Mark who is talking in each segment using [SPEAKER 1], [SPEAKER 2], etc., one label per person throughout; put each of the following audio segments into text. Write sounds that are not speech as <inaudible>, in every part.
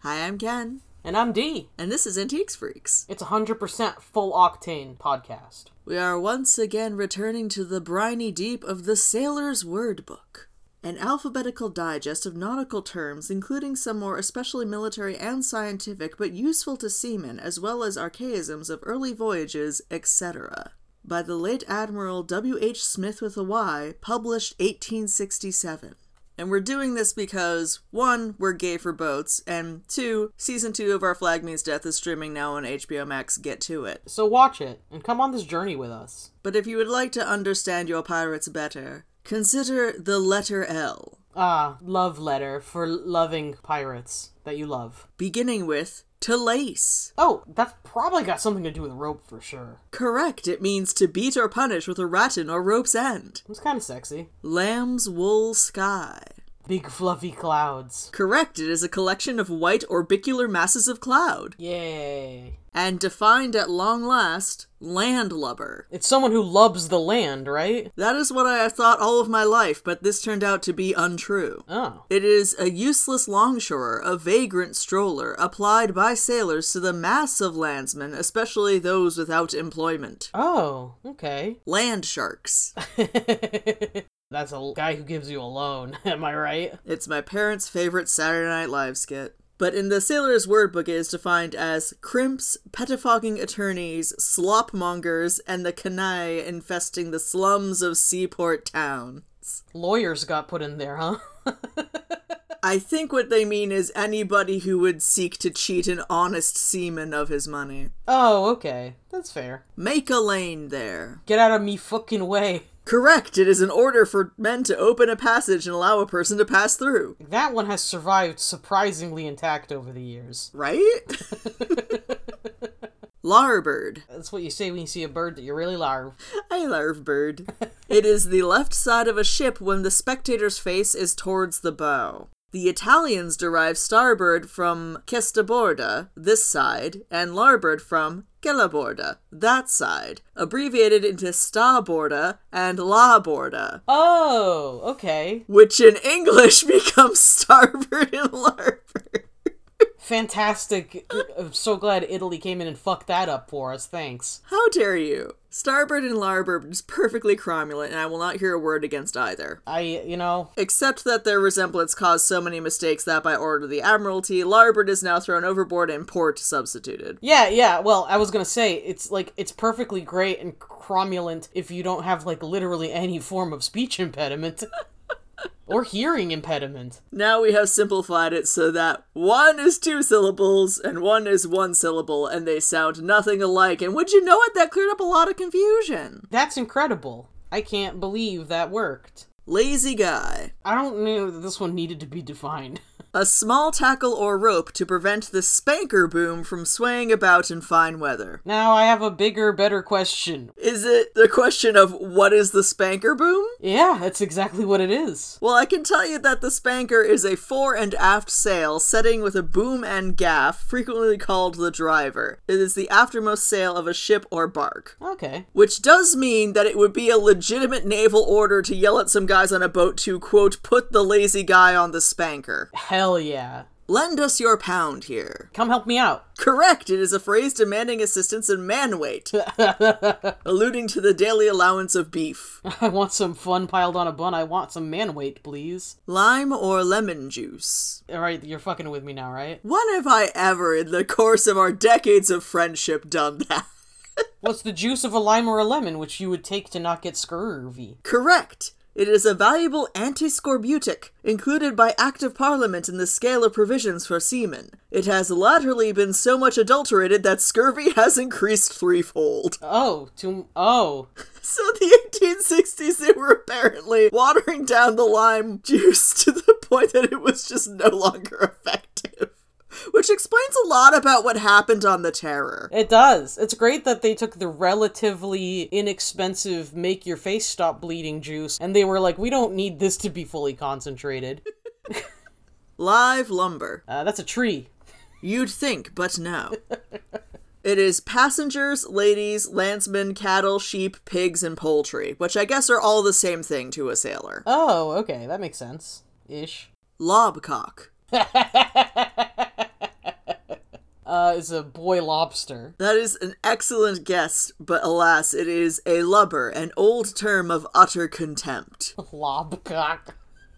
[SPEAKER 1] Hi, I'm Ken,
[SPEAKER 2] And I'm D.
[SPEAKER 1] and this is Antiques Freaks.
[SPEAKER 2] It's a 100% full octane podcast.
[SPEAKER 1] We are once again returning to the briny deep of the Sailor's Word Book, an alphabetical digest of nautical terms, including some more especially military and scientific, but useful to seamen, as well as archaisms of early voyages, etc. By the late Admiral W. H. Smith with a Y, published 1867. And we're doing this because, one, we're gay for boats, and two, season two of Our Flag Means Death is streaming now on HBO Max. Get to it.
[SPEAKER 2] So watch it and come on this journey with us.
[SPEAKER 1] But if you would like to understand your pirates better, consider the letter L,
[SPEAKER 2] Ah, love letter for loving pirates that you love.
[SPEAKER 1] beginning with to lace.
[SPEAKER 2] Oh, that's probably got something to do with rope for sure.
[SPEAKER 1] Correct, it means to beat or punish with a rattan or rope's end.
[SPEAKER 2] It's kind of sexy.
[SPEAKER 1] Lamb's wool sky.
[SPEAKER 2] Big fluffy clouds.
[SPEAKER 1] Correct, it is a collection of white orbicular masses of cloud.
[SPEAKER 2] Yay.
[SPEAKER 1] And defined at long last, landlubber.
[SPEAKER 2] It's someone who loves the land, right?
[SPEAKER 1] That is what I have thought all of my life, but this turned out to be untrue.
[SPEAKER 2] Oh.
[SPEAKER 1] It is a useless longshorer, a vagrant stroller, applied by sailors to the mass of landsmen, especially those without employment.
[SPEAKER 2] Oh, okay. <laughs>
[SPEAKER 1] Land sharks.
[SPEAKER 2] That's a guy who gives you a loan, <laughs> am I right?
[SPEAKER 1] It's my parents' favorite Saturday Night Live skit. But in the Sailor's Word Book, it is defined as crimps, pettifogging attorneys, slopmongers, and the canaille infesting the slums of seaport towns.
[SPEAKER 2] Lawyers got put in there, huh? <laughs>
[SPEAKER 1] I think what they mean is anybody who would seek to cheat an honest seaman of his money.
[SPEAKER 2] Oh, okay. That's fair.
[SPEAKER 1] Make a lane there.
[SPEAKER 2] Get out of me fucking way.
[SPEAKER 1] Correct. It is an order for men to open a passage and allow a person to pass through.
[SPEAKER 2] That one has survived surprisingly intact over the years.
[SPEAKER 1] Right? Larbird.
[SPEAKER 2] That's what you say when you see a bird that you really love.
[SPEAKER 1] I larbird. it is the left side of a ship when the spectator's face is towards the bow. The Italians derive starboard from chestaborda, this side, and larboard from chelaborda, that side, abbreviated into staborda and laborda.
[SPEAKER 2] Oh, okay.
[SPEAKER 1] which in English <laughs> becomes starboard and larboard.
[SPEAKER 2] Fantastic. I'm so glad Italy came in and fucked that up for us. Thanks.
[SPEAKER 1] How dare you? Starboard and larboard is perfectly cromulent, and I will not hear a word against either.
[SPEAKER 2] I, you know,
[SPEAKER 1] Except that their resemblance caused so many mistakes that by order of the Admiralty, larboard is now thrown overboard and port substituted.
[SPEAKER 2] yeah, yeah. Well, I was gonna say it's like it's perfectly great and cromulent if you don't have like literally any form of speech impediment <laughs> or hearing impediment.
[SPEAKER 1] Now we have simplified it so that one is two syllables and one is one syllable, and they sound nothing alike. And would you know it? That cleared up a lot of confusion.
[SPEAKER 2] That's incredible. I can't believe that worked.
[SPEAKER 1] Lazy guy.
[SPEAKER 2] I don't know that this one needed to be defined. <laughs>
[SPEAKER 1] A small tackle or rope to prevent the spanker boom from swaying about in fine weather.
[SPEAKER 2] Now I have a bigger, better question.
[SPEAKER 1] Is it the question of what is the spanker boom?
[SPEAKER 2] Yeah, that's exactly what it is.
[SPEAKER 1] Well, I can tell you that the spanker is a fore and aft sail setting with a boom and gaff, frequently called the driver. It is the aftermost sail of a ship or bark.
[SPEAKER 2] Okay.
[SPEAKER 1] Which does mean that it would be a legitimate naval order to yell at some guys on a boat to, quote, put the lazy guy on the spanker.
[SPEAKER 2] Hell yeah.
[SPEAKER 1] Lend us your pound here.
[SPEAKER 2] Come help me out. <laughs>
[SPEAKER 1] Correct. It is a phrase demanding assistance in man weight, alluding to the daily allowance of beef.
[SPEAKER 2] I want some fun piled on a bun. I want some man weight, please.
[SPEAKER 1] Lime or lemon juice.
[SPEAKER 2] Alright, you're fucking with me now, right?
[SPEAKER 1] When have I ever, in the course of our decades of friendship, done that? <laughs>
[SPEAKER 2] What's the juice of a lime or a lemon, which you would take to not get scurvy?
[SPEAKER 1] Correct. It is a valuable antiscorbutic, included by Act of Parliament in the scale of provisions for seamen. It has latterly been so much adulterated that scurvy <laughs> has increased threefold. <laughs>
[SPEAKER 2] Oh, to. Oh.
[SPEAKER 1] So the 1860s, they were apparently watering down the lime juice <laughs> to the point that it was just no longer effective. Which explains a lot about what happened on the Terror.
[SPEAKER 2] It does. It's great that they took the relatively inexpensive make your face stop bleeding juice and they were like, we don't need this to be fully concentrated.
[SPEAKER 1] Live lumber.
[SPEAKER 2] Uh, that's a tree.
[SPEAKER 1] You'd think, but no. It is passengers, ladies, landsmen, cattle, sheep, pigs, and poultry, which I guess are all the same thing to a sailor.
[SPEAKER 2] Oh, okay. That makes sense. Ish.
[SPEAKER 1] Lobcock.
[SPEAKER 2] is Uh, a boy lobster. <laughs>
[SPEAKER 1] That is an excellent guess, but alas, it is a lubber, an old term of utter contempt.
[SPEAKER 2] Lobcock.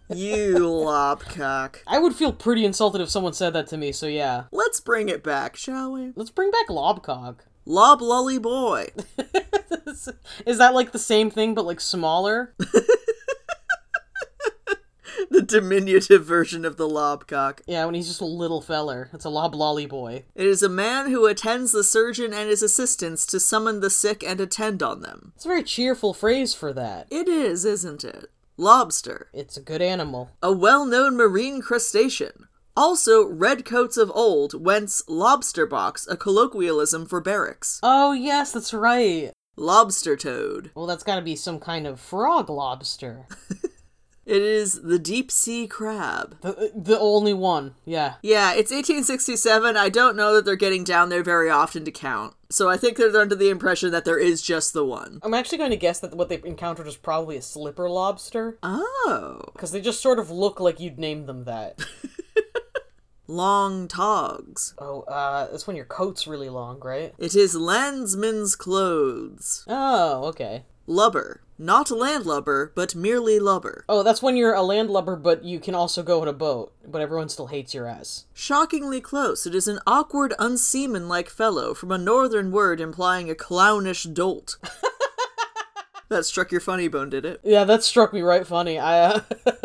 [SPEAKER 1] You lobcock.
[SPEAKER 2] I would feel pretty insulted if someone said that to me, so yeah.
[SPEAKER 1] Let's bring it back, shall we?
[SPEAKER 2] Let's bring back lobcock.
[SPEAKER 1] Lob lully boy. <laughs>
[SPEAKER 2] Is that like the same thing but like smaller? <laughs>
[SPEAKER 1] The diminutive version of the lobcock.
[SPEAKER 2] Yeah, when he's just a little feller. It's a loblolly boy.
[SPEAKER 1] It is a man who attends the surgeon and his assistants to summon the sick and attend on them.
[SPEAKER 2] It's a very cheerful phrase for that.
[SPEAKER 1] It is, isn't it? Lobster.
[SPEAKER 2] It's a good animal.
[SPEAKER 1] a well known marine crustacean. Also, redcoats of old, whence lobster box, a colloquialism for barracks.
[SPEAKER 2] Oh, yes, that's right.
[SPEAKER 1] Lobster toad.
[SPEAKER 2] Well, that's gotta be some kind of frog lobster. <laughs>
[SPEAKER 1] It is the deep sea crab.
[SPEAKER 2] The, the only one, yeah.
[SPEAKER 1] Yeah, it's 1867. I don't know that they're getting down there very often to count. So I think they're under the impression that there is just the one.
[SPEAKER 2] I'm actually going to guess that what they encountered is probably a slipper lobster,
[SPEAKER 1] Oh.
[SPEAKER 2] because they just sort of look like you'd name them that. <laughs>
[SPEAKER 1] Long togs.
[SPEAKER 2] oh, uh, that's when your coat's really long, right?
[SPEAKER 1] It is landsman's clothes.
[SPEAKER 2] Oh, okay.
[SPEAKER 1] Lubber. Not landlubber, but merely lubber.
[SPEAKER 2] Oh, that's when you're a landlubber, but you can also go in a boat, but everyone still hates your ass.
[SPEAKER 1] Shockingly close, it is an awkward, unseamanlike fellow from a northern word implying a clownish dolt. <laughs> that struck your funny bone, did it?
[SPEAKER 2] Yeah, that struck me right funny. I, uh, <laughs>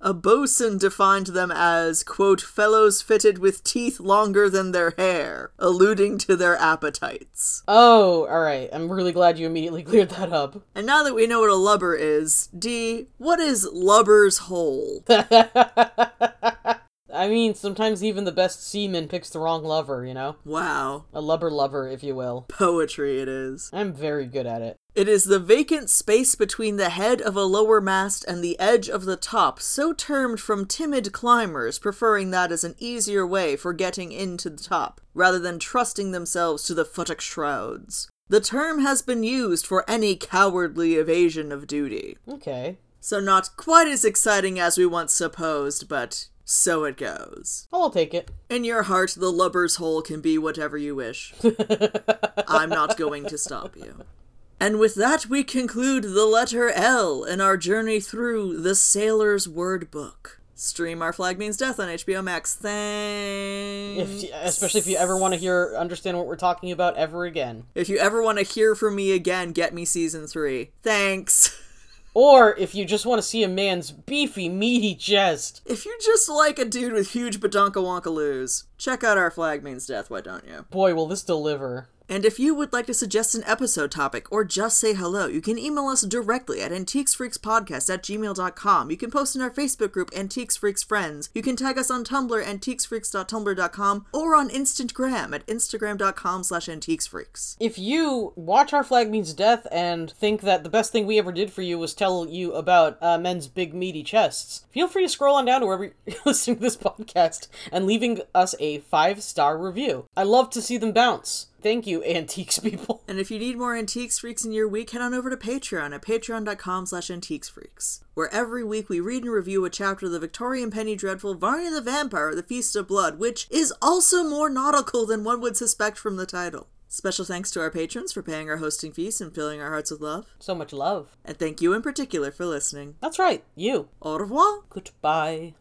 [SPEAKER 1] A bosun defined them as, quote, fellows fitted with teeth longer than their hair, alluding to their appetites.
[SPEAKER 2] oh, all right. I'm really glad you immediately <laughs> cleared that up.
[SPEAKER 1] And now that we know what a lubber is, D, what is lubber's hole?
[SPEAKER 2] I mean, sometimes even the best seaman picks the wrong lover, you know?
[SPEAKER 1] wow,
[SPEAKER 2] A lubber lover, if you will.
[SPEAKER 1] poetry it is.
[SPEAKER 2] I'm very good at it.
[SPEAKER 1] It is the vacant space between the head of a lower mast and the edge of the top, so termed from timid climbers, preferring that as an easier way for getting into the top, rather than trusting themselves to the futtock shrouds. The term has been used for any cowardly evasion of duty.
[SPEAKER 2] Okay.
[SPEAKER 1] So, not quite as exciting as we once supposed, but so it goes.
[SPEAKER 2] I'll take it.
[SPEAKER 1] In your heart, the lubber's hole can be whatever you
[SPEAKER 2] <laughs>
[SPEAKER 1] wish. I'm not going to stop you. And with that, we conclude the letter L in our journey through the Sailor's Word Book. Stream Our Flag Means Death on HBO Max. Thanks.
[SPEAKER 2] If, especially if you ever want to hear, understand what we're talking about ever again.
[SPEAKER 1] If you ever want to hear from me again, get me season three. Thanks. <laughs>
[SPEAKER 2] Or if you just want to see a man's beefy, meaty chest.
[SPEAKER 1] If you're just like a dude with huge badonkawonkaloo's, check out Our Flag Means Death, why don't you?
[SPEAKER 2] Boy, will this deliver.
[SPEAKER 1] And if you would like to suggest an episode topic or just say hello, you can email us directly at antiquesfreakspodcast at gmail.com. You can post in our Facebook group, Antiques Freaks Friends. You can tag us on Tumblr, antiquesfreaks.tumblr.com, or on Instagram at instagram.com slash antiquesfreaks.
[SPEAKER 2] If you watch Our Flag Means Death and think that the best thing we ever did for you was tell you about uh, men's big, meaty chests, feel free to scroll on down to wherever you're <laughs> listening to this podcast and leaving us a five star review. I love to see them bounce. Thank you, <laughs> antiques people.
[SPEAKER 1] And if you need more Antiques Freaks in your week, head on over to Patreon at patreon.com slash antiquesfreaks, where every week we read and review a chapter of the Victorian Penny Dreadful, Varney the Vampire, or The Feast of Blood, which is also more nautical than one would suspect from the title. Special thanks to our patrons for paying our hosting fees and filling our hearts with love.
[SPEAKER 2] So much love.
[SPEAKER 1] And thank you in particular for listening.
[SPEAKER 2] That's right, you.
[SPEAKER 1] Au revoir!
[SPEAKER 2] Goodbye.